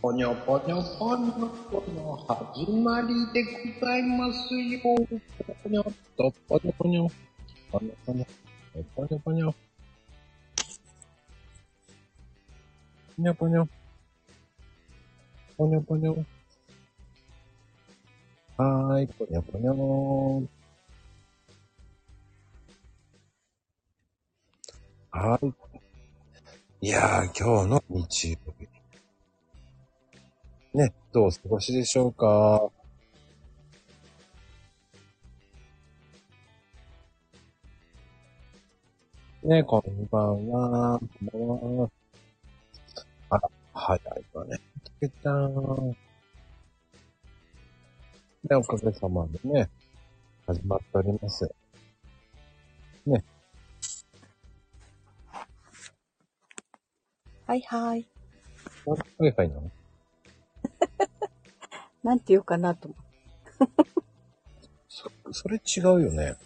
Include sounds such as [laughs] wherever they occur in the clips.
ぽにょぽにょぽにょぽにょ、始まりでございますよ。ぽにょっとぽにょぽにょ、ぽにょぽにょ、ぽにょぽにょ。ぽにょぽにょ、ぽにょぽにょ。はーい、ぽにょぽにょ。はーい。いやー、今日の日曜日。ね、どうお過ごしでしょうかね、こんばんは。こんばんは。あら、早いわね。たけちゃん。ね、おかげさまでね、始まっております。ね。はいはい。なんか Wi-Fi なのなんて言うかなと思って。そ、それ違うよね。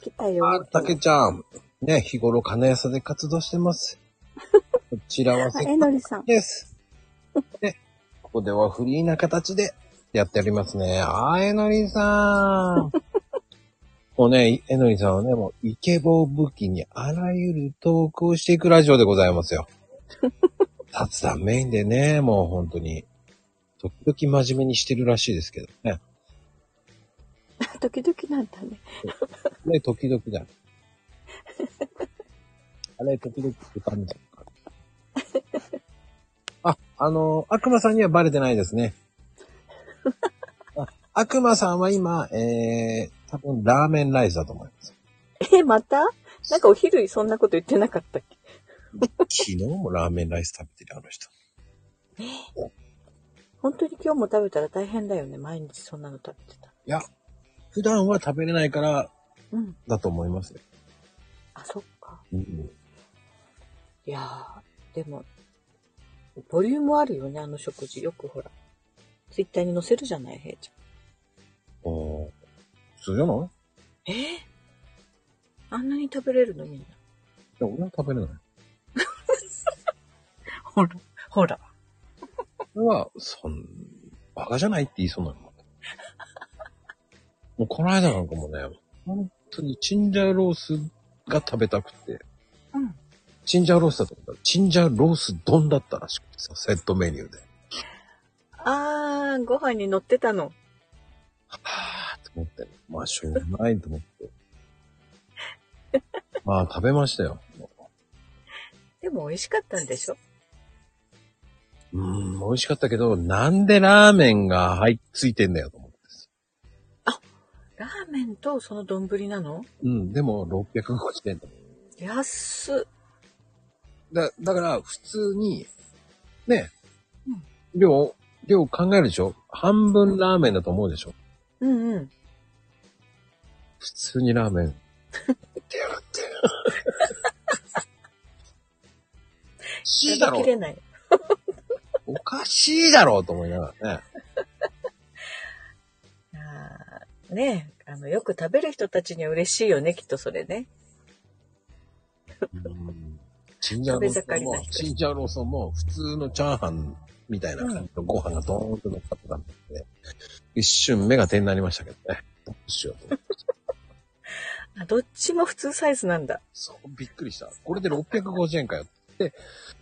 来たよ。あ、たけちゃん。ね、日頃金安で活動して [laughs] ます。こちらはあせえのりさん。です。 [laughs] ね、ここではフリーな形でやっておりますね。あー、えのりさん。[laughs] もうね、えのりさんはね、もうイケボを武器にあらゆるトークをしていくラジオでございます [laughs] よ。雑談メインでね、もう本当に、時々真面目にしてるらしいですけどね。時々なんだね。 [laughs] ね、時々だ。 [laughs] あれ、時々って感じだから。あ、あの、悪魔さんにはバレてないですね。あ悪魔さんは今、えー、多分ラーメンライスだと思います。え、またなんかお昼そんなこと言ってなかったっけ昨日もラーメンライス食べてる、あの人。本当に今日も食べたら大変だよね。毎日そんなの食べてた。いや、普段は食べれないからうん。だと思いますよ。あ、そっか。うん、いやー、でも、ボリュームあるよね、あの食事。よくほら。ツイッターに載せるじゃない、へいちおー普通じゃないゃん。えーあんなに食べれるのみんな。いや、俺は食べれない。ほら、ほら。俺は、そん、バカじゃないって言いそうなの。もうこの間なんかもね、本当にチンジャーロースが食べたくて、うん。チンジャーロースだと思ったら、チンジャーロース丼だったらしくてさ、セットメニューで。あー、ご飯に乗ってたの。はぁーって思って、まあしょうがないと思って。まあ食べましたよ。でも美味しかったんでしょうーん、美味しかったけど、なんでラーメンが入っついてんだよと思ってです。ラーメンとその丼なのうん、でも650円だ安っ。だ、だから、普通に、ね、うん量、量考えるでしょ半分ラーメンだと思うでしょうんうん。普通にラーメ [laughs] ン。出やがって。おかしいだろ食べきれない。おかしいだろうと思いながらね。あーねえ、あの、よく食べる人たちには嬉しいよね、きっとそれね。うんチンジャーロース食べ盛りなも、人チンジャーロースも普通のチャーハンみたいな感じのご飯がドーンと乗っかってたんで、一瞬目が点になりましたけどね。どうしようと思って。あどっちも普通サイズなんだ。そう、びっくりした。これで650円かよ。で、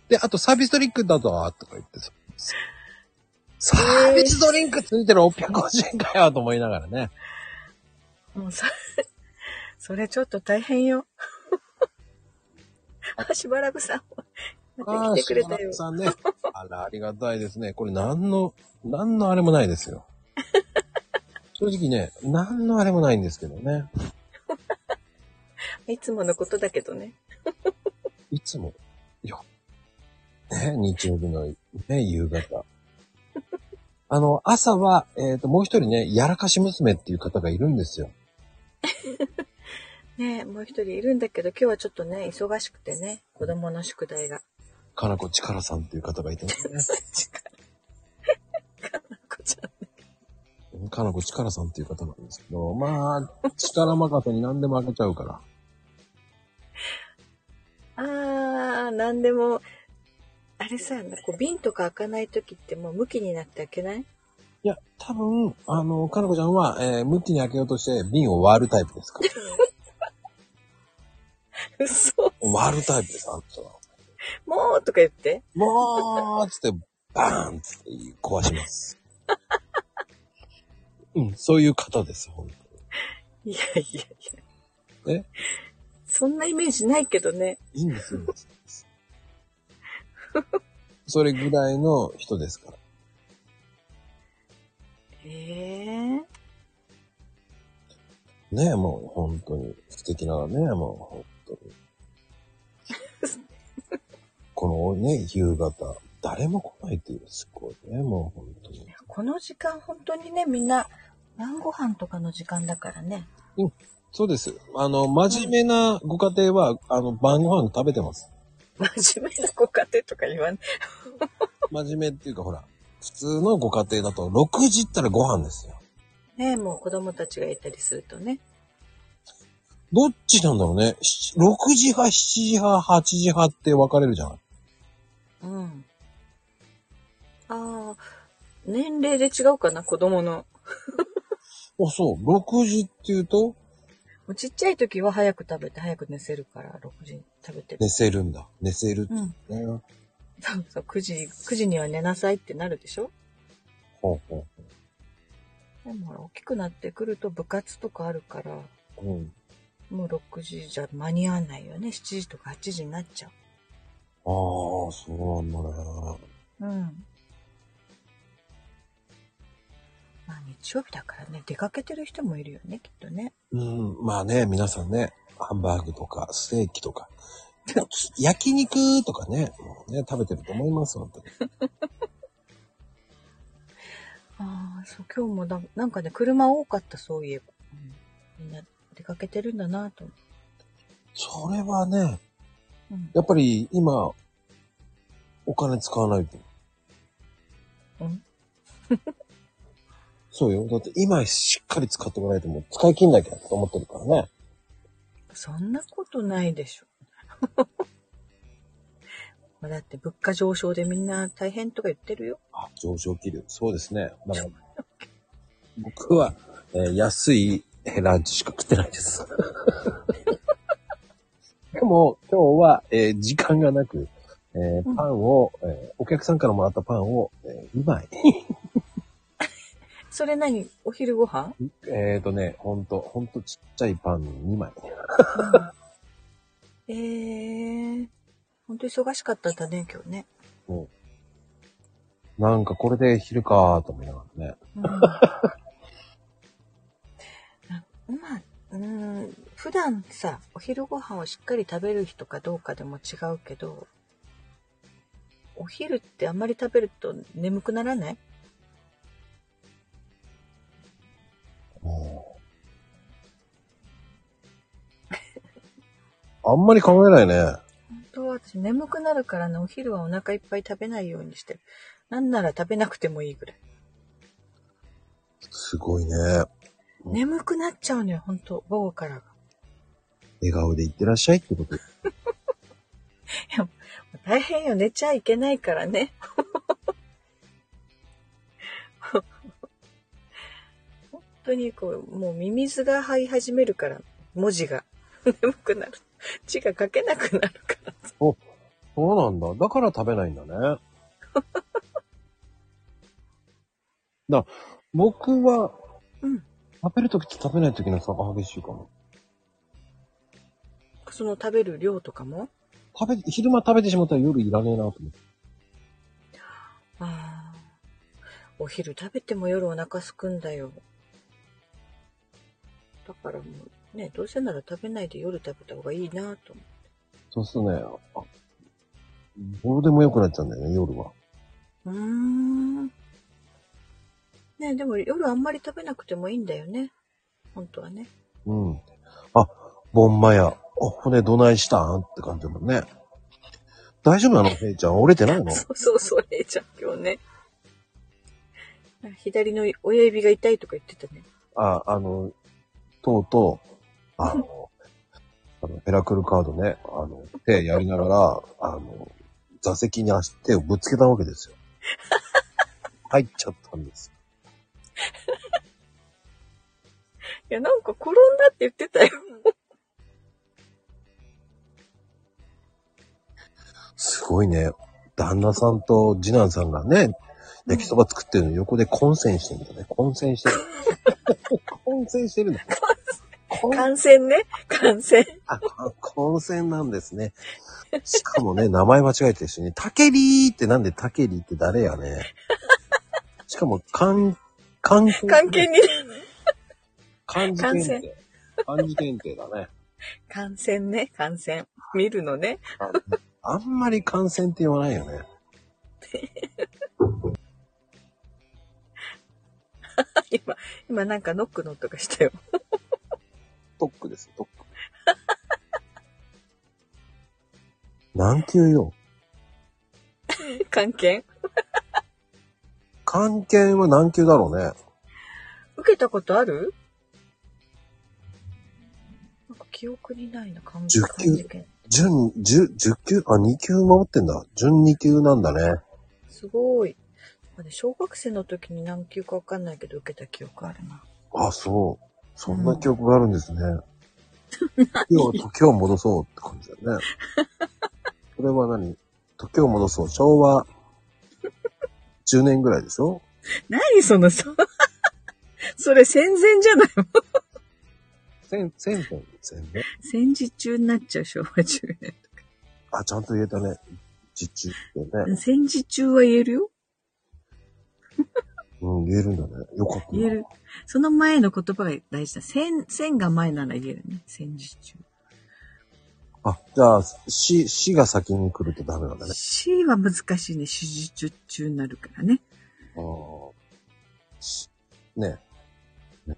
で、あとサービスドリンクだぞとか言ってさ。サービスドリンクついてる650円かよと思いながらね。もうそれ、 [laughs] それちょっと大 [laughs] 変よ。あ、しばらくさん、あまあ、た来てくれたよ。さんね。あら、ありがたいですね。これ何の、何のあれもないですよ。正直ね、何のあれもないんですけどね。いつものことだけどね。いつも、いや、ね、日曜日の、ね、夕方。あの、朝は、えっ、と、もう一人ね、やらかし娘っていう方がいるんですよ。ねえ、もう一人いるんだけど、今日はちょっとね、忙しくてね、子供の宿題が。かなこちからさんっていう方が [laughs] いてね。こちらかなこちからさんっていう方なんですけど、まあ、力任せに何でもあげちゃうから。あさ、何でも、あれさ、こう瓶とか開かない時ってもう向きになって開けないいや、多分、あの、かなこちゃんは、えー、向きに開けようとして瓶を割るタイプですか嘘。割るタイプです、あんたは。もうとか言って。もうつって、バーンつって壊し [laughs] ます。うん、そういう方です、ほんといやいやいや。えそんなイメージないけどね。いいんです、いいんですいいんです。 [laughs] それぐらいの人ですから。ええねえ、もう本当に素敵なね、もう本当に。このね、夕方、誰も来ないっていう、すごいね、もう本当に。この時間本当にね、みんな、晩ご飯とかの時間だからね。そうです。あの、真面目なご家庭は、あの、晩ご飯食べてます。真面目なご家庭とか言わない。真面目っていうか、ほら、普通のご家庭だと、6時ったらご飯ですよ。ねもう子供たちがいたりするとね。どっちなんだろうね。し6時派、7時派、8時派って分かれるじゃない。うん。ああ、年齢で違うかな、子供の。あ、そう。6時っていうと、もうちっちゃい時は早く食べて早く寝せるから、6時に食べてる。寝せるんだ。寝せるってうん。ね。そうそう、9時、9時には寝なさいってなるでしょほうほでもほら、大きくなってくると部活とかあるから、う。うん。もう6時じゃ間に合わないよね。7時とか8時になっちゃああ、そうなんだね。う。うん。まあ日曜日だからね、出かけてる人もいるよね、きっとね。うん。まあね、皆さんね、ハンバーグとか、ステーキとか、 [laughs] 焼肉とかね、もうね、食べてると思います、本当に。ああ、そう、今日もだなんかね、車多かった、そういえば。うん、みんな出かけてるんだなと思それはね、う。うん。やっぱり今、お金使わないと。うん [laughs] そうよ。だって今しっかり使ってもらえても使い切んなきゃと思ってるからね。そんなことないでしょ。 [laughs] まあだって物価上昇でみんな大変とか言ってるよ。あ、上昇気流。そうですね。だ [laughs] から僕は、えー安いえーランチしか食ってないです。 [laughs] でも、今日は、えー時間がなく、えーうんパンを、えーお客さんからもらったパンを、え2枚。それ何お昼ご飯、えっ、とね、ほんと、ほんとちっちゃいパン2枚。えー、本当忙しかったんだね、今日ね。なんかこれで昼かーと思いながらね。うんなまあ、うん、普段さ、お昼ご飯をしっかり食べる人かどうかでも違うけど、お昼ってあんまり食べると眠くならない [laughs] もうあんまり考えないね。本当は私眠くなるからね、お昼はお腹いっぱい食べないようにしてる。なんなら食べなくてもいいぐらい。すごいね。うん眠くなっちゃうのよ、本当午後からが。笑顔でいってらっしゃいってこと。大変よ、寝ちゃいけないから [laughs] ね。本当にこう、もうミミズが這い始めるから、文字が [laughs] 眠くなる。字が書けなくなるから。そうなんだ。だから食べないんだね。 [laughs] だ僕はうん。食べるときと食べないときの差が激しいかも。その食べる量とかも食べ、昼間食べてしまったら夜いらねえなと思って。ああ。お昼食べても夜お腹すくんだよ。だからもう、ね、どうせなら食べないで夜食べた方がいいなと思そうするとね、あどうでもよくなっちゃうんだよね、夜は。う。うーん。ね、でも夜あんまり食べなくてもいいんだよね。本当はね。うん。あ、ボンマヤ。お骨どないしたんって感じだもんね。大丈夫なのヘイちゃん。折れてないのそうそう、それじゃん、今日ね。左の親指が痛いとか言ってたね。あ、あの、とうとう、あの、あの、ヘラクルカードね、あの、手やりながら、あの、座席に足、手をぶつけたわけですよ。入っちゃったんですいや、なんか転んだって言ってたよ。よ。すごいね。旦那さんと次男さんがね、焼きそば作ってるのに横で混戦してるんだね。混戦してる。混戦してるんだ。混感染ね。感染。 [laughs] あ、混戦なんですね。しかもね、名前間違えてるしね、タケリーってなんでタケリーって誰やね。しかも、関、関係、関係に、漢字検定。漢字検定だね。感染ね。感染。見るのね。あんまり感染って言わないよね。今、今なんかノックの音がしたよ。 [laughs] トックですよ、トック。何級よ。関係。関係は何級だろうね。受けたことあるなんか記憶にないな、感10級感染。準、十、十級あ、二級守ってんだ。準二級なんだね。すごい。なんかね小学生の時に何級かわかんないけど受けた記憶あるな。あ、そう。そんな記憶があるんですね。時を、時を戻そうって感じだよね。 [laughs] これは何時を戻そう。昭和10年ぐらいでしょ何そのさ、 [laughs] それ戦前じゃない千、千本、千本。戦時中になっちゃう、昭和10年。あ、ちゃんと言えたね。実中ってね。戦時中は言えるよ。うん、言えるんだね。よかった。言える。その前の言葉が大事だ。戦、戦が前なら言えるね。戦時中。あ、じゃあ、死、死が先に来るとダメなんだね。 C は難しいね。手術中になるからね。あーしねね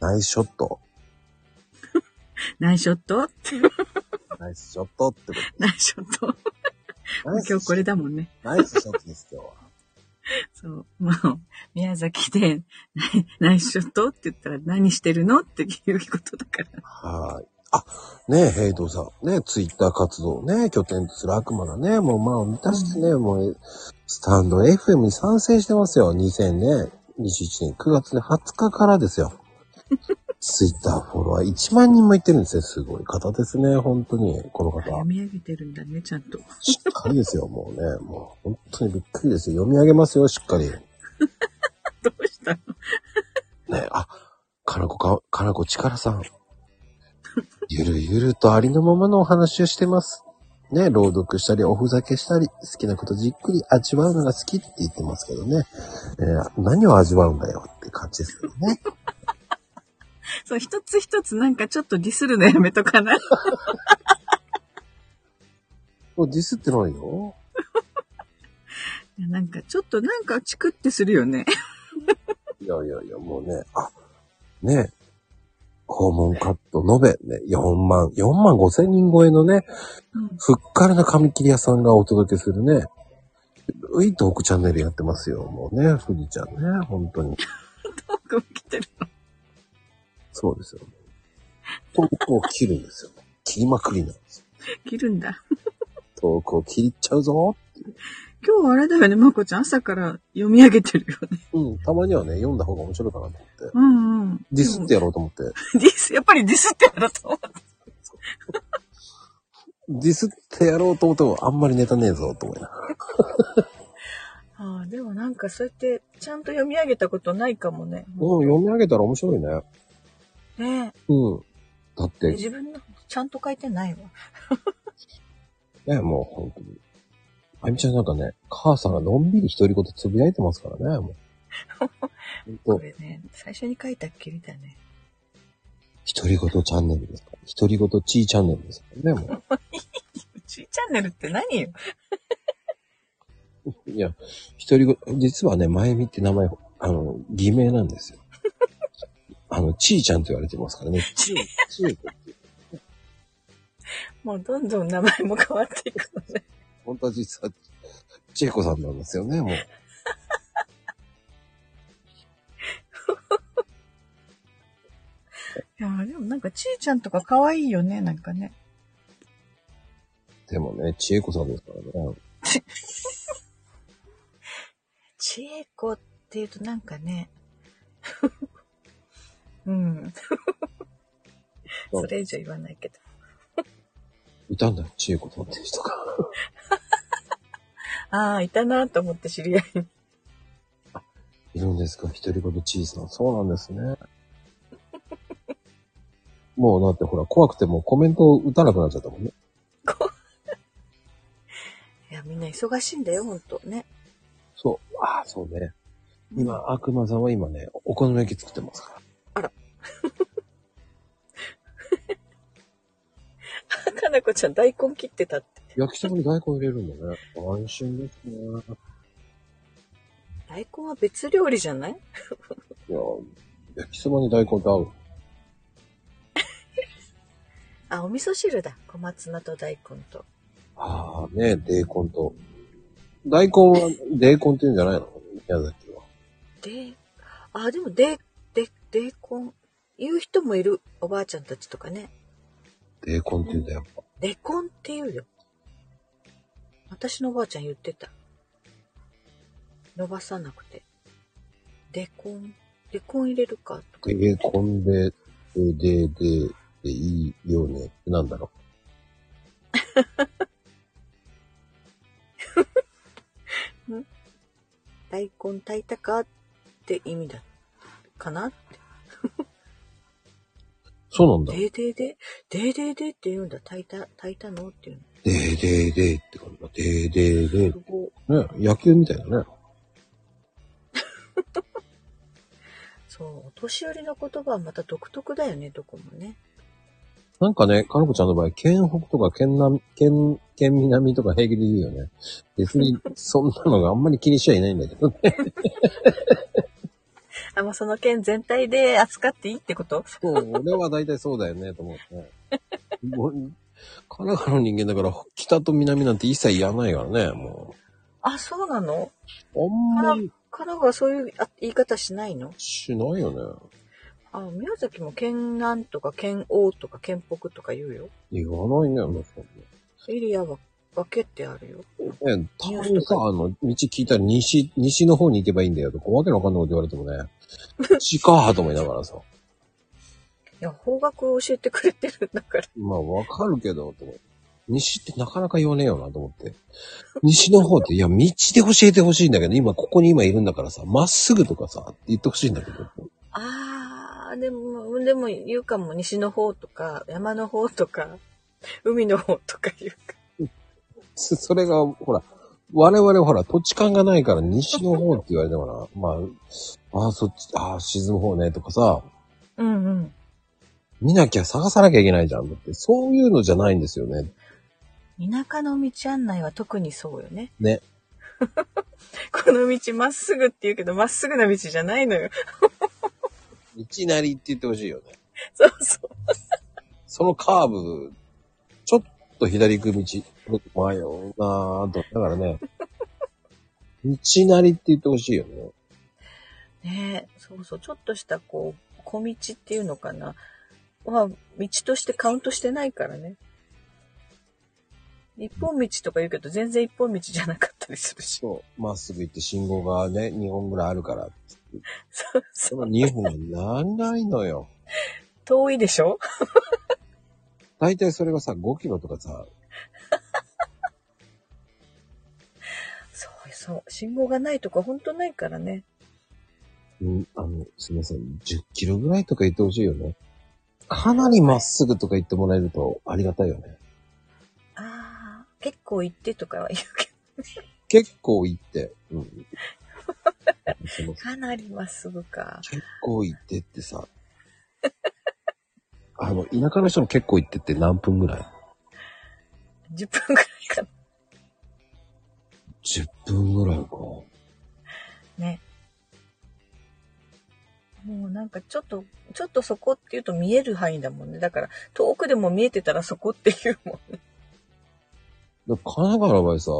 ナイスショット。ナイスショットナイスショットってこナイスショット。と。ナイス今日これだもんね。ナイスショットです、今日は。そう。まあ、宮崎で、 [laughs] ナイナイスショットって言ったら何してるのっていうことだから。はい。あ、ねえ、ヘイトさん。ねえ、ツイッター活動をね、拠点とする悪魔だね。もうまあ、満たしてね、もう、スタンド FM に賛成してますよ。2000年、21年9月20日からです [laughs] よ。ツイッターフォロワー1万人もいってるんですよ。すごい方ですね、本当に。この方読。み上げてるんだね、ちゃんと。しっかりですよ、もうね。もう、本当にびっくりですよ。読み上げますよ、しっかり。どうしたのねえ、あ、かなこか、かなこちからさん。ゆる [laughs] ゆるとありのままのお話をしてます。ねえ、朗読したり、おふざけしたり、好きなことじっくり味わうのが好きって言ってますけどね。えー何を味わうんだよって感じですけどね。 [laughs] そう、一つ一つなんかちょっとディスるのやめとかない。もうディスってないよ。なんかちょっとなんかチクってするよね。いやいやいや、もうね、あ、ねえ、訪問カット延べ、ね、4万、4万5千人超えのね、うんふっからな髪切り屋さんがお届けするね、ういトークチャンネルやってますよ。もうね、富士ちゃんね、本当に。トークも来てる。そうですよ。トークを切るんですよ。切りまくりなんですよ。切るんだ。トークを切っちゃうぞ。今日はあれだよね、まこちゃん。朝から読み上げてるよね。うん、たまにはね、読んだ方が面白いかなと思って。うんうん。ディスってやろうと思って。ディス、やっぱりディスってやろうと思った。ディスってやろうと思っても、あんまりネタねえぞ、と思いながら。ああ、でもなんかそうやって、ちゃんと読み上げたことないかもね。うん、読み上げたら面白いね。ねうん。だっえ。て、自分の、ちゃんと書いてないわ。ね、もう本当に。あゆみちゃんなんかね、母さんがのんびり独り言つぶやいてますからね、もう。ほこんと、れね、最初に書いたっきりだね。独り言チャンネルですから。独り言ちーチャンネルですからね、もうちチャンネルって何よう。いや、独り言、実はね、まゆみって名前、あの、偽名なんですよ。 [laughs] あの、ちーちゃんと言われてますからね。ちー、ちー。もうどんどん名前も変わっていくのね。本当は実は、ちえこさんなんですよね、もう。 [laughs] いいやーでもなんかちーちゃんとか可愛いよね、なんかね。でもね、ちえこさんですからね。ちえこっていうとなんか [laughs] ね。うん。それ以上言わないけど。いたんだよ、ちえこさんっていう人が。ああ、いたなと思って知り合いに。いるんですか一人ごとちいさん。そうなんですね。 [laughs] もうだってほら、怖くてもうコメントを打たなくなっちゃったもんね。いや、みんな忙しいんだよ、ほんとね。 [laughs] そう。ああ、そうね。今、悪魔さんは今ね、お好み焼き作ってますから。かなこちゃん大根切ってたって。焼きそばに大根入れるんだね。安心ですね。大根は別料理じゃないいや、焼きそばに大根って合う。あ、お味噌汁だ。小松菜と大根と。ああ、ねデーコンと。大根は、デーコンって言うんじゃないの宮崎は。で、あ、でもで、で、でーコン。言う人もいる。おばあちゃんたちとかね。デーコンって言うんだよ。デコンって言うよ。私のおばあちゃん言ってた。伸ばさなくて。デコン。デコン入れるかとか。デーコンで、で、で、で、でいいよねってなんだろ大根炊いたかって意味だ。かなって。う。そうなんだ。デーデーデー。デーデーデーって言うんだ。炊いた、炊いたのっていうの。でーでーでーって感じだ。でーでーですごい。ー。ね野球みたいだね。そう。お年寄りの言葉はまた独特だよね、どこもね。なんかね、かのこちゃんの場合、県北とか県南、県、県南とか平気でいいよね。別に、そんなのがあんまり気にしちゃいないんだけどね。あ、もうその県全体で扱っていいってことそう、俺は大体そうだよね、と思ってね。もう神奈川の人間だから、北と南なんて一切やらないからね、もあ、そうなのう。あんまり神奈川そういうあ言い方しないのしないよね。あ、宮崎も県南とか県央とか県北とか言うよ。言わないね、もうそんエリアは分けてあるよ。な。ね、たまにさ、あの、道聞いたら西、西の方に行けばいいんだよとか、わけのわかんないこと言われてもね、西か、と思いながらさ、いや、方角を教えてくれてるんだから。まあわかるけど、と思って西ってなかなか言わねえよなと思って。西の方って、いや、道で教えてほしいんだけど、今、ここに今いるんだからさ、まっすぐとかさ、って言ってほしいんだけど。あー、でも、でも言うかも、西の方とか、山の方とか、海の方とか言うか。そそれが、ほら、我々ほら、土地勘がないから西の方って言われてもな、 [laughs] まあ、ああ、そっち、ああ、沈む方ね、とかさ、うんうん。見なきゃ探さなきゃいけないじゃん。だって、そういうのじゃないんですよね。田舎の道案内は特にそうよね。ね。 [laughs] この道まっすぐって言うけど、まっすぐな道じゃないのよ。 [laughs] 道なりって言ってほしいよね。そうそう。そのカーブ、ちょっと左行く道、迷うなぁと。だからね、 [laughs] 道なりって言ってほしいよね。ねえ、そうそう、ちょっとしたこう、小道っていうのかな。は、道としてカウントしてないからね。一本道とか言うけど、全然一本道じゃなかったりするし。 [laughs] そう、まっすぐ行って信号がね、2本ぐらいあるから。そうそそう。の2本がなんないのよ。遠いでしょ大体それがさ、5キロとかさ、そうそう。信号がないとか、ほんとないからね。うん、あの、すみません、10キロぐらいとか言ってほしいよね。かなりまっすぐとか言ってもらえるとありがたいよね。ああ、結構行ってとかは言うけ結構行って、うん。そのど、かなりまっすぐか。結構行ってってさ、 [laughs] あの、田舎の人の結構行ってって何分ぐらい10分くらいかな。 ?10 分ぐらいか。ね。もうなんかちょっと、ちょっとそこっていうと見える範囲だもんね。だから遠くでも見えてたらそこっていうもんね。だから神奈川の場合さ、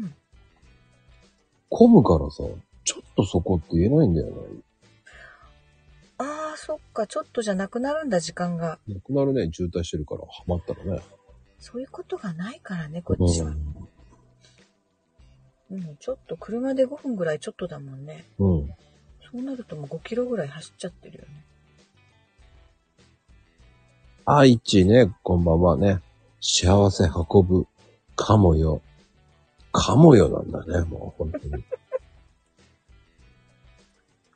ん混むからさ、ちょっとそこって言えないんだよね。ああ、そっか、ちょっとじゃなくなるんだ、時間が。なくなるね、渋滞してるから、ハマったらね。そういうことがないからね、こっちは。うん、ちょっと車で5分ぐらいちょっとだもんね。うん。うん。そうなるともう5キロぐらい走っちゃってるよね。あ、いちね、こんばんはね。幸せ運ぶ、かもよ。かもよなんだね、もう、本当に。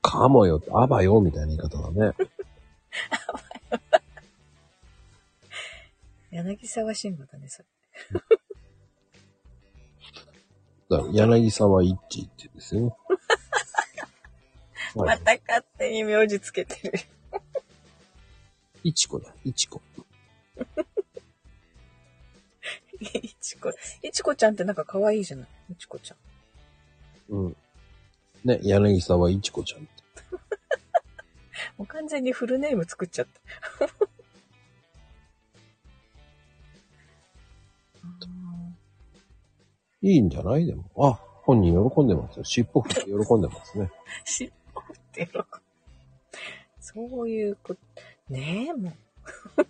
かもよ、あばよ、みたいな言い方だね。柳沢慎吾だね、それ。だから柳沢一致って言うんですよ。はまい。た勝手に名字つけてる。 [laughs] 一子だ、一子。いちこ、いちこちゃんってなんか可愛いじゃないいちこちゃん。うん。ね、柳沢一子ちゃんって。もう完全にフルネーム作っちゃった。あいいんじゃないでも。あ、本人喜んでますよ。尻尾振って喜んでますね。ー尻尾振って喜ぶ。そういうこと。ねえ、もう。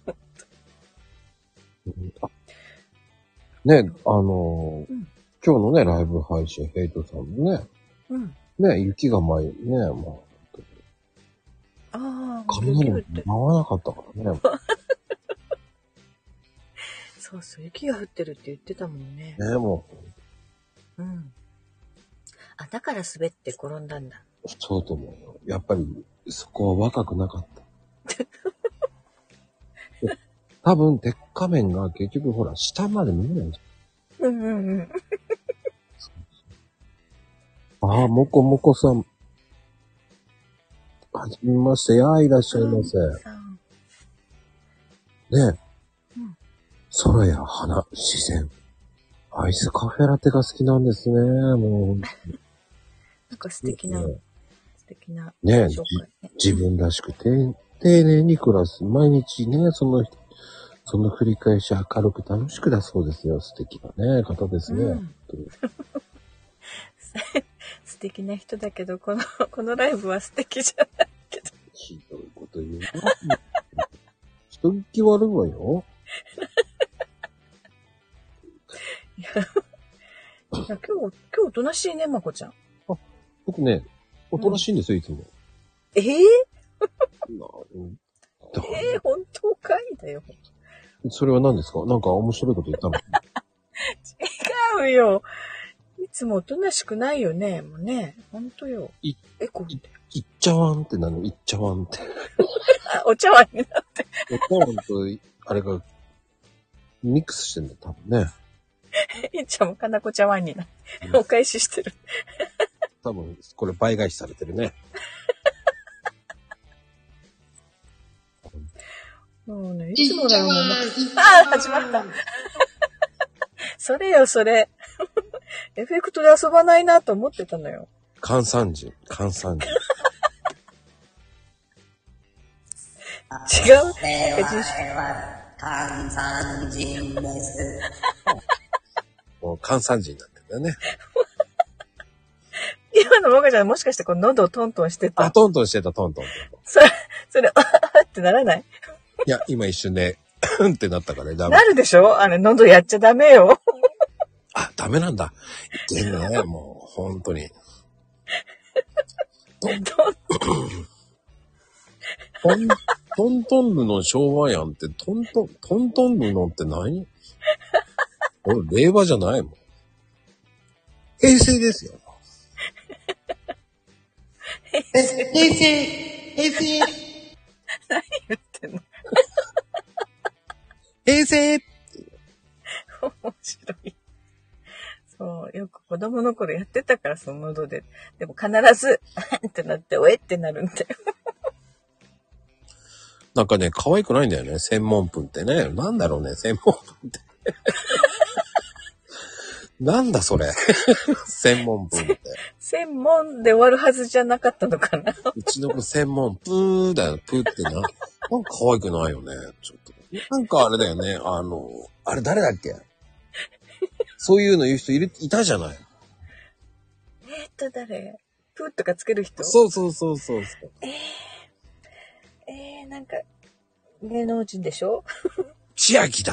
うんあね、あのーうん今日のね、ライブ配信、ヘイトさんもね、うん。ね、雪が舞い、ね、もあう、あ、雷も降ってる。舞わなかったからね。そうそう、雪が降ってるって言ってたもんね。ね、もうん。あ、だから滑って転んだんだ。う、そうと思うよ。やっぱり、そこは若くなかった。で多分、鉄仮面が結局ほら、下まで見えないじうんうんうん。ゃん。ああ、もこもこさん。はじめまして。ああ、いらっしゃいませ。さねえ。うん空や花、自然。アイスカフェラテが好きなんですね。もなんかう。素敵な、ね素敵なねえ紹介ね。自分らしくて、丁寧に暮らす。毎日ね、その、その繰り返し明るく楽しくだそうですよ。素敵なね、方ですね。うん [laughs] 素敵な人だけど、この、 [laughs] このライブは素敵じゃないけど。ひどいこと言うな。 [laughs] 人聞き悪いわよ。いや今日、今日おとなしいね、まこちゃん。僕ね、おとなしいんですよ、いつも。えー、なんだえー、本当かいだよ。それは何ですかなんか面白いこと言ったの違うよ。いつもおとなしくないよね、もうね。本当よ。いえ、こう。いっちゃわんってなのいっちゃわんって。あ、お茶碗になって。やったらほんと、あれが、ミックスしてんだよ、多分ね。 [laughs] いっちゃんもかなこ茶碗になって。お返ししてる。多分、これ倍返しされてるね。もうね、いつもだよ、もうね。あー、始ま [laughs] った。それよ、それ。エフェクトで遊ばないなと思ってたのよ。換算人、換算人。違う我々は関山人です。もう換算人になってんだよね。今のもかちゃんもしかしてこう喉をトントンしてあ、た。トントンしてた、トントン。それ、それ、あーってならないいや、今一瞬で、うんってなったからね、ダメな。るでしょあれ、喉やっちゃダメよ。 [laughs] あ、ダメなんだ。いけんね、もう、本当に。トン、トントン部の昭和やんって、トントン、トントン部のって何俺、令和じゃないもん。平成ですよ。平成、平成、言ってんの。平成面白い。そう、よく子供の頃やってたから、その喉で。でも必ず、 [laughs] あーってなって、おえってなるんだよ。なんかね、可愛くないんだよね、専門分ってね。なんだろうね、専門分 [laughs] って。なんだそれ。専門分って。専門で終わるはずじゃなかったのかな。うちの子専門、プーだよ、プーってな。なんか可愛くないよね、ちょっと。なんかあれだよね、あの、あれ誰だっけそういうの言う人いる、いたじゃない。えーっと、誰プーとかつける人そうそうそうそうそう。えね、なんか、芸能人でしょ千秋だ。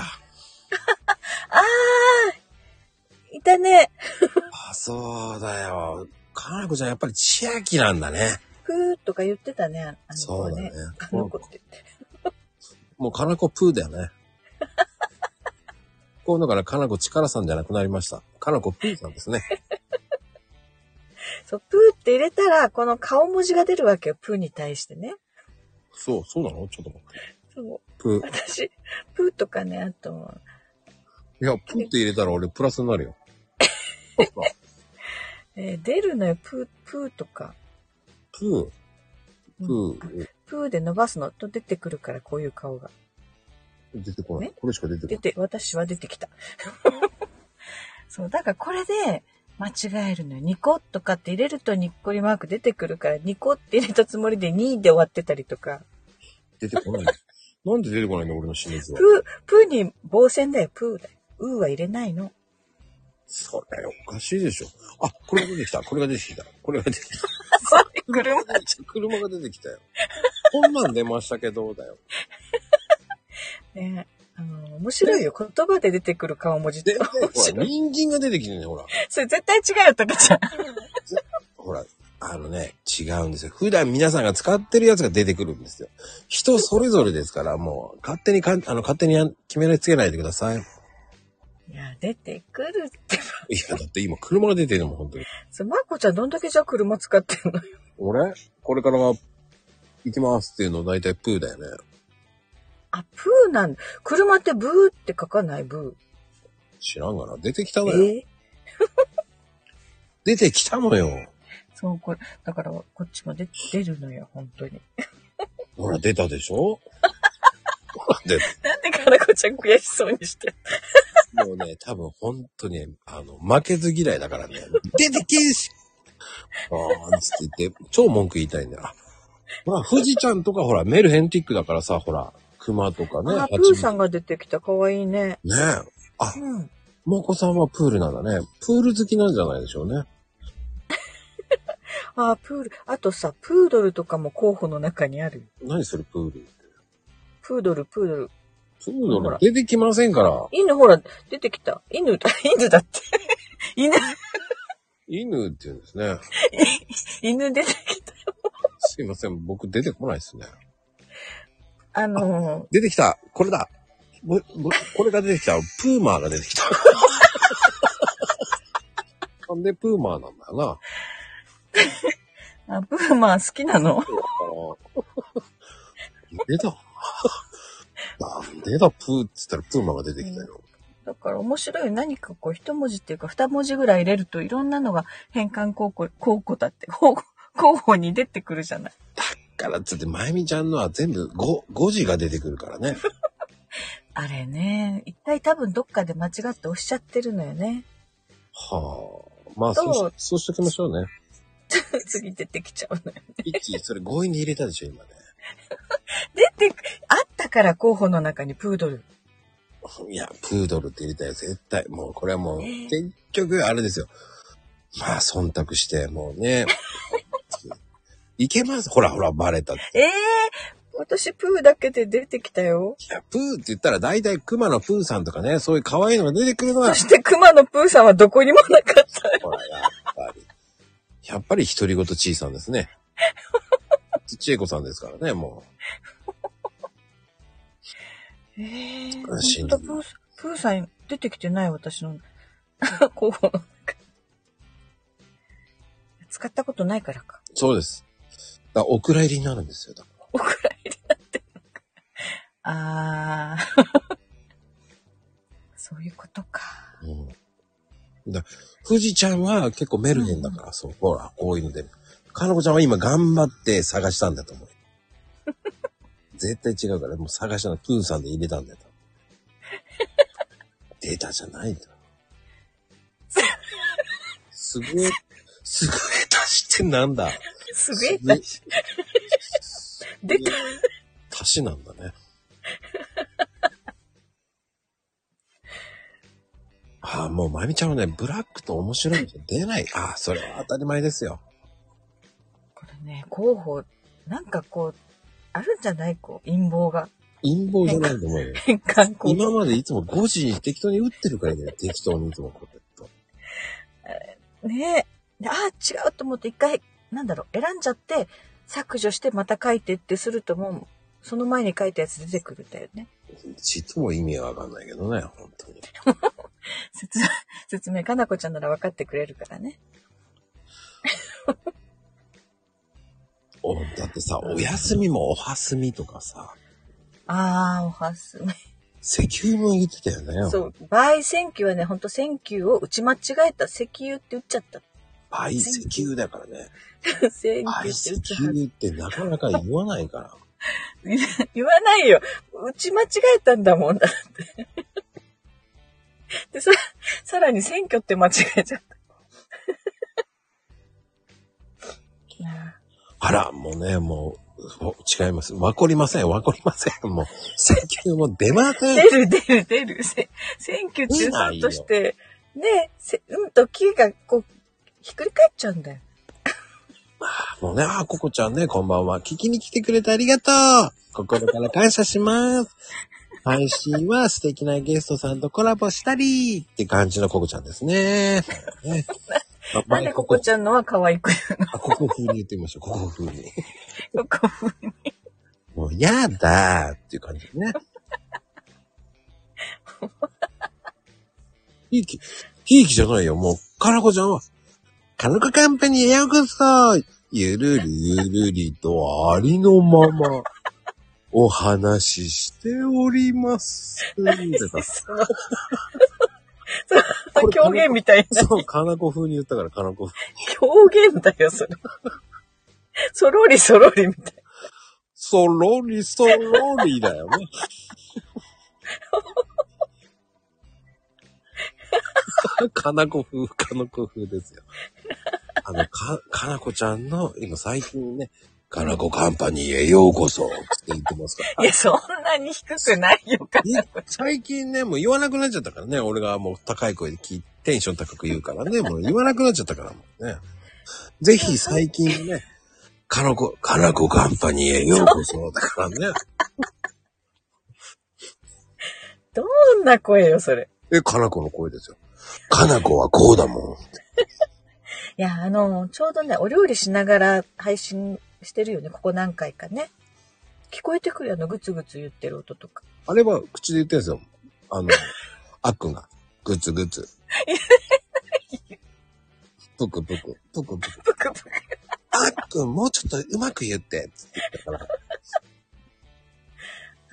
あーいたね。あ、そうだよ。かなこちゃん、やっぱり千秋なんだね。ふーとか言ってたね、あの子そうはだねね。。あの子って。もう、かなこプーだよね。今度からかなこちからさんじゃなくなりました。かなこプーさんですね。そう、プーって入れたら、この顔文字が出るわけよ、プーに対してね。そう、そうなのちょっと待って。そう、プー。私、プーとかね、あと、いや、プーって入れたら俺プラスになる [laughs] よ。えー出るのよ、プー、プーとか。プー、プー、プーで伸ばすのと出てくるから、こういう顔が。出てこないね。これしか出てこな出い。て、私は出てきた。 [laughs] そう、だからこれで間違えるのよ。ニコとかって入れるとにっこりマーク出てくるから、ニコって入れたつもりで2で終わってたりとか、出てこない。 [laughs] なんで出てこないんだ、俺の清水は。プー、プーに防線だよ、プーだよ。うーは入れないの。それおかしいでしょ。あ、これが出てきた。これが出てきた。これが出てき [laughs] た。 [laughs] 車車が出てきたよ。こんなん出ましたけど、だよ。ね。あの、面白いよ。言葉で出てくる顔文字ってで、。ほら、人参が出てきてね、ほら。それ絶対違うよ、タカちゃん。ほら、あのね、違うんですよ。普段皆さんが使ってるやつが出てくるんですよ。人それぞれですから、もう、勝手にかん、あの、勝手にやん決めつけないでください。いいや、出てくるって。や、だって今、車が出てるもん、本当に。そう、マコちゃんどんだけじゃあ車使ってんのよ。俺、これから、行きますっていうの、大体プーだよね。あ、プーなんだ。車ってブーって書かない、ブ知らんがな。出てきたー。のよ。えー出てきたのよ。そう、これ、だから、こっちも出、出るのよ、本当に。ほら、出たでしょほら、出た。なんでかなこちゃん悔しそうにして。もうね、多分本当に、あの、負けず嫌いだからね、出てけーしあーつって言って、超文句言いたいんだよ。あまあ、富士ちゃんとかほら、メルヘンティックだからさ、ほら、熊とかね、あ、プ蜂ー蜜さんが出てきた、かわいいね。ねえ。あ、うん。もこさんはプールなんだね。プール好きなんじゃないでしょうね。あ、プール、あとさ、プードルとかも候補の中にある。何するプール。プードル、プードル。プールほがら出てきませんから。犬、ほら、出てきた。犬、 [laughs] 犬だって。犬、犬って言うんですね。 [laughs] 犬出てきた。すいません、僕出てこないですね。あの出てきたこれだぼぼこれが出てきたプーマーが出てきた。 [laughs] なんでプーマーなんだよな。 [laughs] ー、あ、プーマン好きなのなんでだなんでだプーっつったらプーマーが出てきたよ。だから面白い。何かこう、一文字っていうか、二文字ぐらい入れると、いろんなのが変換候補、候補だって、候補、候補に出てくるじゃない。だからっつって、まゆみちゃんのは全部 5, 5字が出てくるからね。あれね、一回多分どっかで間違って押しちゃってるのよね。はあ。まあ、そそううしそうしときましょうね。次出てきちゃうのよ。一それ強引に入れたでしょ、今ね。出てく、あったから候補の中にプードル。いや、プードルって入れたよ、絶対。もう、これはもう、結局、あれですよ。まあ、忖度して、もうね。いけます。ほら、ほら、バレた。いええ私プーだけで出てきたよ。や、プーって言ったら、大体、熊のプーさんとかね、そういう可愛いのが出てくるの [laughs] そは、して熊のプーさんはどこにもなかった。ほら、やっぱり。やっぱり、独り言ちいさんですね。ちえこさんですからね、もええ悲しい本当プーさん、プーさん出てきてない私 [laughs] の候補の中。使ったことないからかう。。そうです。だからお蔵入りになるんですよ。だからお蔵入りになってるのか。あー。 [laughs] そういうことか。うん。だから富士ちゃんは結構メルヘンだから、そう、ほら、こういうので。かのこちゃんは今頑張って探したんだと思う。 [laughs] 絶対違うから、もう探したの、プーさんで入れたんだよ。 [laughs] 多分データじゃないんだ。すごえ、すごえ足しってなんだすげえすげえ出た。足しなんだね。 [laughs] ああ、もう、まゆみちゃんはね、ブラックと面白いじゃ出ない。ああ、それは当たり前ですよ。これね、候補、なんかこう、あるんじゃないこう、陰謀が。陰謀じゃないと思うよ。変換 [laughs] こ今までいつも5時に適当に打ってるからね、適当にいつもこうやって。う。ねえ。でああ、違うと思って一回、なんだろう、選んじゃって、削除してまた書いてってするともう、その前に書いたやつ出てくるんだよね。ちっとも意味がわかんないけどね、本当に。説 [laughs] 明、説明、かなこちゃんなら分かってくれるからね。おだってさ、お休みもおはすみとかさ、ああ、おはすみ。石油も言ってたよね。 [laughs] そう。バイセンキューはね、ほんとセンキューを打ち間違えた。石油って打っちゃった。 [laughs] 倍石油だからね。センキューって倍打ち石はず油ってなかなか言わないから。言わないよ。打ち間違えたんだもんだって。 [laughs] で、さ、さらに選挙って間違えちゃった。なあら、もうね、もう、お違います。わかりません、わかりません。もう、石油も出まあせん。出る出る出る。せ選挙中断として、ね、せうんと木がこう、ひっくり返っちゃうんだよ。もうね、あ、ココちゃんね、こんばんは。聞きに来てくれてありがとう心から感謝します配信は素敵なゲストさんとコラボしたりって感じのココちゃんですね。ねなんでここちゃんのは可愛く [laughs] ゃん。あココ風に言ってみましょう。ココ風に。言うのここもう、やだーっていう感じね。ひいき、ひいきじゃないよ。もう、かなこちゃんは、かなこカンパニーへようこそゆるりゆるりとありのまま、お話ししております。そ [laughs] の、その狂言みたいな。そう、かなこ風に言ったから、かなこ風。狂言だよ、それ。そろりそろりみたいな。そろりそろりだよね。かなこ風、かなこ風ですよ。あの、か、かなこちゃんの、今最近ね、かなこカンパニーへようこそって言ってますかいらや、。そんなに低くないよ、かなこちゃん。最近ね、もう言わなくなっちゃったからね、俺がもう高い声で聞いテンション高く言うからね、もう言わなくなっちゃったからもうね。ぜひ最近ね、かなこ、かなこカンパニーへようこそだからね。どんな声よ、それ。え、かなこの声ですよ。かなこはこうだもん。いや、あの、ちょうどね、お料理しながら配信してるよね、ここ何回かね。聞こえてくるよ、あの、ぐつぐつ言ってる音とか。あれは口で言ってるんですよ。あの、 [laughs] あっくんが、グツグツ。ぷくぷく、ぷくぷく。ぷくぷく。あっくん、もうちょっとうまく言って、つって言ったから。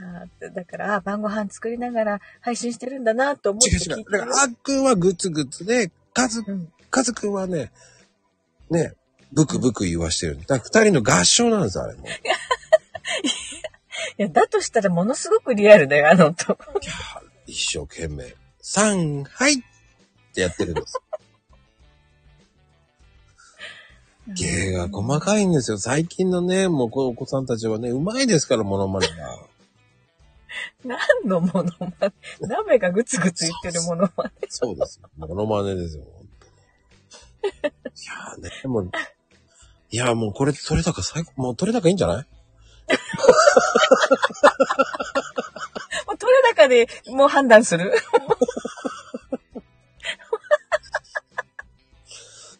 あーだから、あー晩ご飯作りながら配信してるんだなと思って違聞いう違てう。だから、あっくんはグツグツで、かず、うん。かずくんはね、ね、ブクブク言わしてる。だから二人の合唱なんですよ、あれも。いや、だとしたらものすごくリアルだよ、あの音。一生懸命、さん、はいってやってるんです。芸が細かいんですよ。最近のね、もうこうお子さんたちはね、うまいですから、モノマネ [laughs] が。何のものまね。鍋がぐつぐつ言ってるものまね。そうです。モノマネですよ、本当に。いやーね、もう、いやーもうこれ、取れ高最高、もう取れ高いいんじゃないもう取れ高でもう判断する。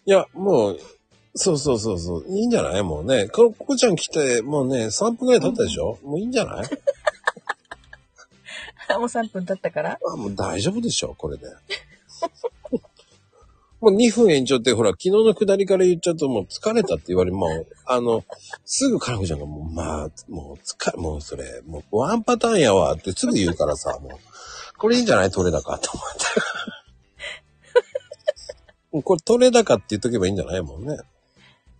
いや、もう、そうそうそう、そういいんじゃないもうね、こ、ここちゃん来て、もうね、3分ぐらい経ったでしょ、もういいんじゃないもう3分経ったから。あ、もう大丈夫でしょ、これで。 [laughs] もう2分延長って、ほら、昨日の下りから言っちゃうと、もう疲れたって言われ、もう、あの、すぐかなこちゃんが、もう、まあ、もう疲れ、もうそれ、もうワンパターンやわってすぐ言うからさ、もう、これいいんじゃない取れ高と思って。もうこれ取れ高って [laughs] 言っとけばいいんじゃないもんね。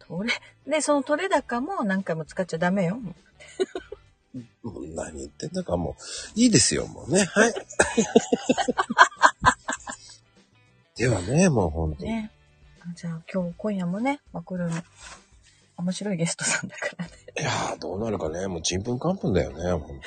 取れ、で、その取れ高も何回も使っちゃダメよ。もう何言ってんだかもう、いいですよ、もうね。はい。 [laughs] ではね、もう本当に。ね。じゃあ今日、今夜もね、まあ、これも面白いゲストさんだからね。いやー、どうなるかね、もうちんぷんかんぷんだよね、本当に。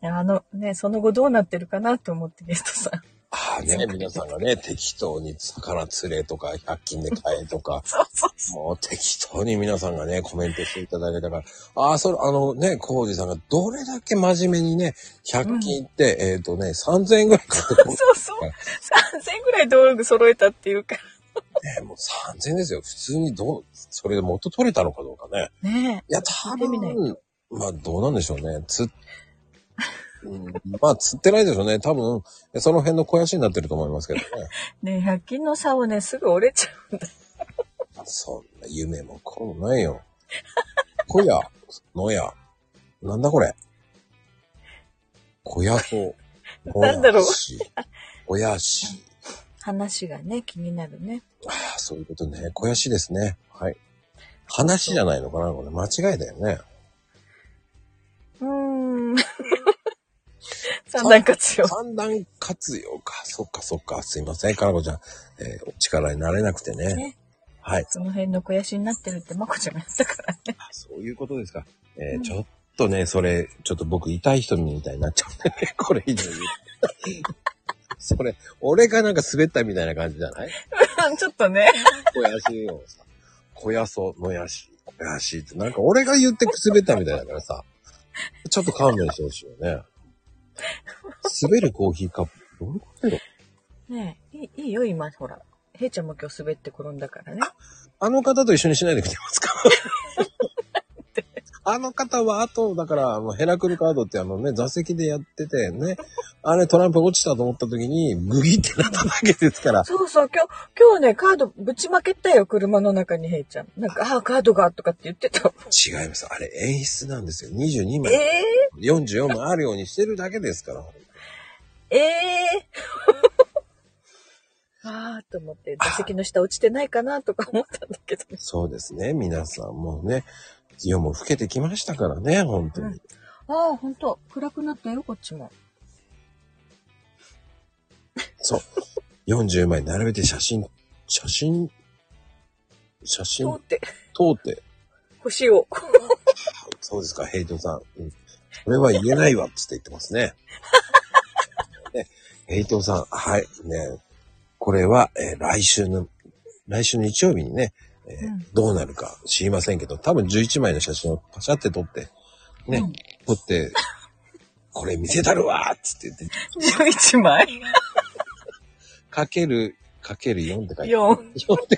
いやあのね、その後どうなってるかなと思ってゲストさん。ああね、皆さんがね、適当に魚釣れとか、100均で買えと [laughs] か、そうそうそもう適当に皆さんがね、コメントしていただけたから、ああ、それ、あのね、コージさんがどれだけ真面目にね、100均行って、えっ、とね、3000円ぐらい買ってう。そうそう。3000ぐらい道具揃えたっていうか。 [laughs] ね、もう3000円ですよ。普通にどう、それで元取れたのかどうかね。ねいや、多見てみない分、まあどうなんでしょうね。つ、うん、まあ釣ってないでしょうね。多分、その辺の肥やしになってると思いますけどね。え。ねえ、100均の竿ね、すぐ折れちゃうんだ。そんな夢もこうないよ。 [laughs] こや、のや、なんだこれ。こやと、こ [laughs] なんだろうやし、こやし。話がね、気になるね。ああ、そういうことね。こやしですね。はい。話じゃないのかなこれ間違いだよね。う [laughs] ーん。三段活用。三段活用か。そっかそっか。すいません。かなこちゃん、えーお力になれなくてね。ねはい。 [laughs] その辺の肥やしになってるってまこちゃんが言ったからね。あそういうことですか。えーうんちょっとね、それ、ちょっと僕痛い人みたいになっちゃうんでね。 [laughs] これ以上言う。それ、俺がなんか滑ったみたいな感じじゃない [laughs] ちょっとね。小やしよ。さ小やそ、のやし、小やしって、なんか俺が言って滑ったみたいだからさ。ちょっと勘弁してほしいよね。滑るコーヒーカップ、どういうことよねえ、いいいいよ、今、ほら。へいちゃんも今日滑って転んだからね。あの方と一緒にしないでくれます [laughs] かあの方は、あと、だから、あの、ヘラクルカードってあのね、座席でやっててね、あれトランプ落ちたと思った時に、グギってなっただけですから、そうそう、今日、今日ね、カードぶちまけたよ、車の中にへいちゃん。なんか、ああ、カードが、とかって言ってた。違います。あれ演出なんですよ。22え枚、え44枚あるようにしてるだけですから。ええ [laughs] ああ、と思って、座席の下落ちてないかなとか思ったんだけど。そうですね。皆さんもうね、夜も更けてきましたからね、本当に。うんああ、ほんと、暗くなったよ、こっちも。そう。40枚並べて写真、写真、写真通って、通って、星を。そうですか、ヘイトさん。うん。それは言えないわっつって言ってます [laughs] ね。ねヘイトさん、はい、ね、これは、えー来週の、来週の日曜日にね、えー [laughs] うんどうなるか知りませんけど、多分11枚の写真をパシャって撮って、ね、うん撮って、これ見せたるわーっつって言って、 11枚かける、かける4って書いて、 ?4。か4って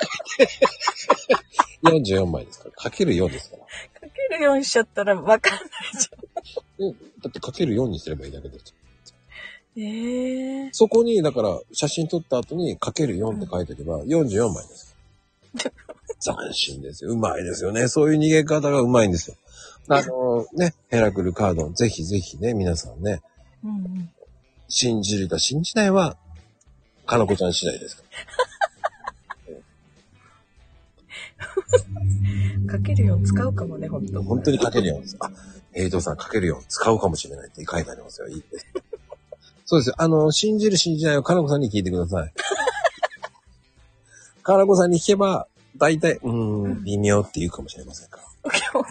書いて、44枚ですから、かける4ですから。ける4しちゃったらわかんないじうんだってかける4にすればいいだけです。ゃん。ええそこに、だから、写真撮った後に、かける4って書いておけば、44枚です。斬新ですよ。うまいですよね。そういう逃げ方がうまいんですよ。あのね、ヘラクルカード、ぜひぜひね、皆さんね、うんうん。信じるか信じないは、かのこちゃん次第ですかかける4使うかもね、ほんら。と。本当にかける4です。あ、ヘイトさんかける4使うかもしれないって書いてありますよ。いいそうですよ。あの、信じる信じないをかのこさんに聞いてください。 [laughs] かのこさんに聞けば、大体、うーん、微妙って言うかもしれませんから。オッケーオッ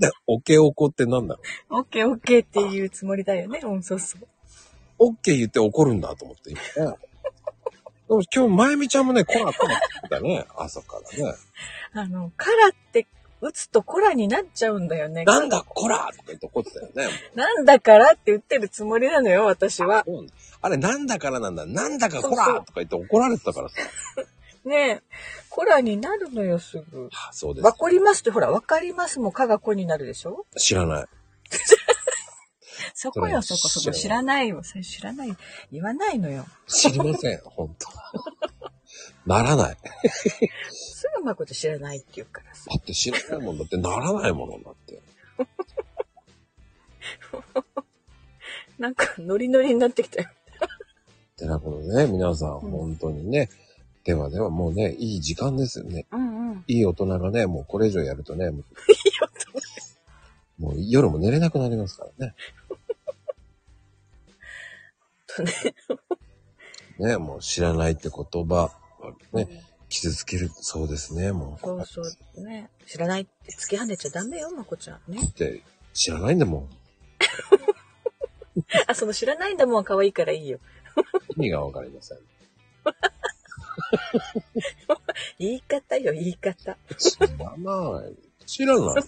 で、オケオコってなんだろうケーオッケーっていうつもりだよね。うん、そうそう。オッケー言って怒るんだと思って、今ね。でも今日、まゆみちゃんもね、コラコラってたね、朝からね。あの、カラって打つとコラになっちゃうんだよね。なんだコラとか言って怒ってたよね。なんだからって言ってるつもりなのよ、私は。もううんあれ、なんだからなんだ、なんだかコそうそラうとか言って怒られてたからさ。ねえ。コラになるのよ、すぐ。あそうでわかりますって、ほら、わかりますも、かがこになるでしょす。知らない。そこよ、そこ、そこ。知知ららないよ。それ知らない。言わないのよ。知りません、ほんと。 [laughs] ならない。すぐまこと知らないって言うからさ。だって知らないもんだって、ならないものだって。なんか、ノリノリになってきたよ。てなことでね、皆さん、うん本当にね。ではでは、もうね、いい時間ですよね。うんうん。いい大人がね、もうこれ以上やると [laughs] ね、もうもう夜も寝れなくなりますからね。とね。ね、もう知らないって言葉、ね、傷つける、そうですね、もう。そうそう。ね。知らないって突き跳ねちゃダメよ、まこちゃん。ねだ。って、知らないんだもん。あ、その知らないんだもんは可愛いからいいよ。意味がわかりません。言い方よ、言い方。知らない。知らない。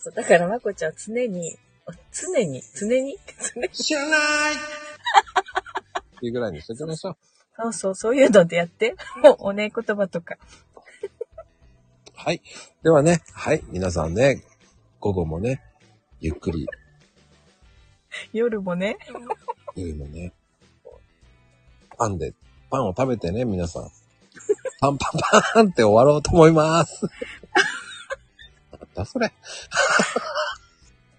そうだから、まこちゃんは常に、常に、常に、常に、知らないっていうぐらいにしておきましょう。そうそう、そういうのでやって。もう、おねえ言葉とか。はい。ではね、はい。皆さんね、午後もね、ゆっくり、夜もね。夜もね、パンで、パンを食べてね、皆さん。パンパンパンって終わろうと思います。なんだそれ。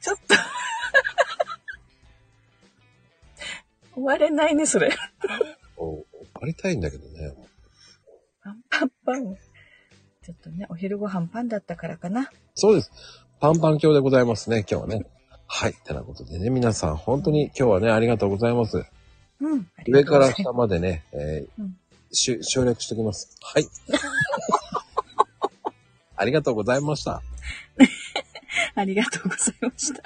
ちょっと。終われないね、それ。お終わりたいんだけどね。パンパンパン。ちょっとね、お昼ご飯パンだったからかな。そうです。パンパン教でございますね、今日はね。はい。てなことでね、皆さん本当に今日はね、ありがとうございます。うん。ありが上とうごかざいら下ますまでね、えーうんし省略しておきます。 [laughs] はい。ありがとうございました。 [laughs] ありがとうございました。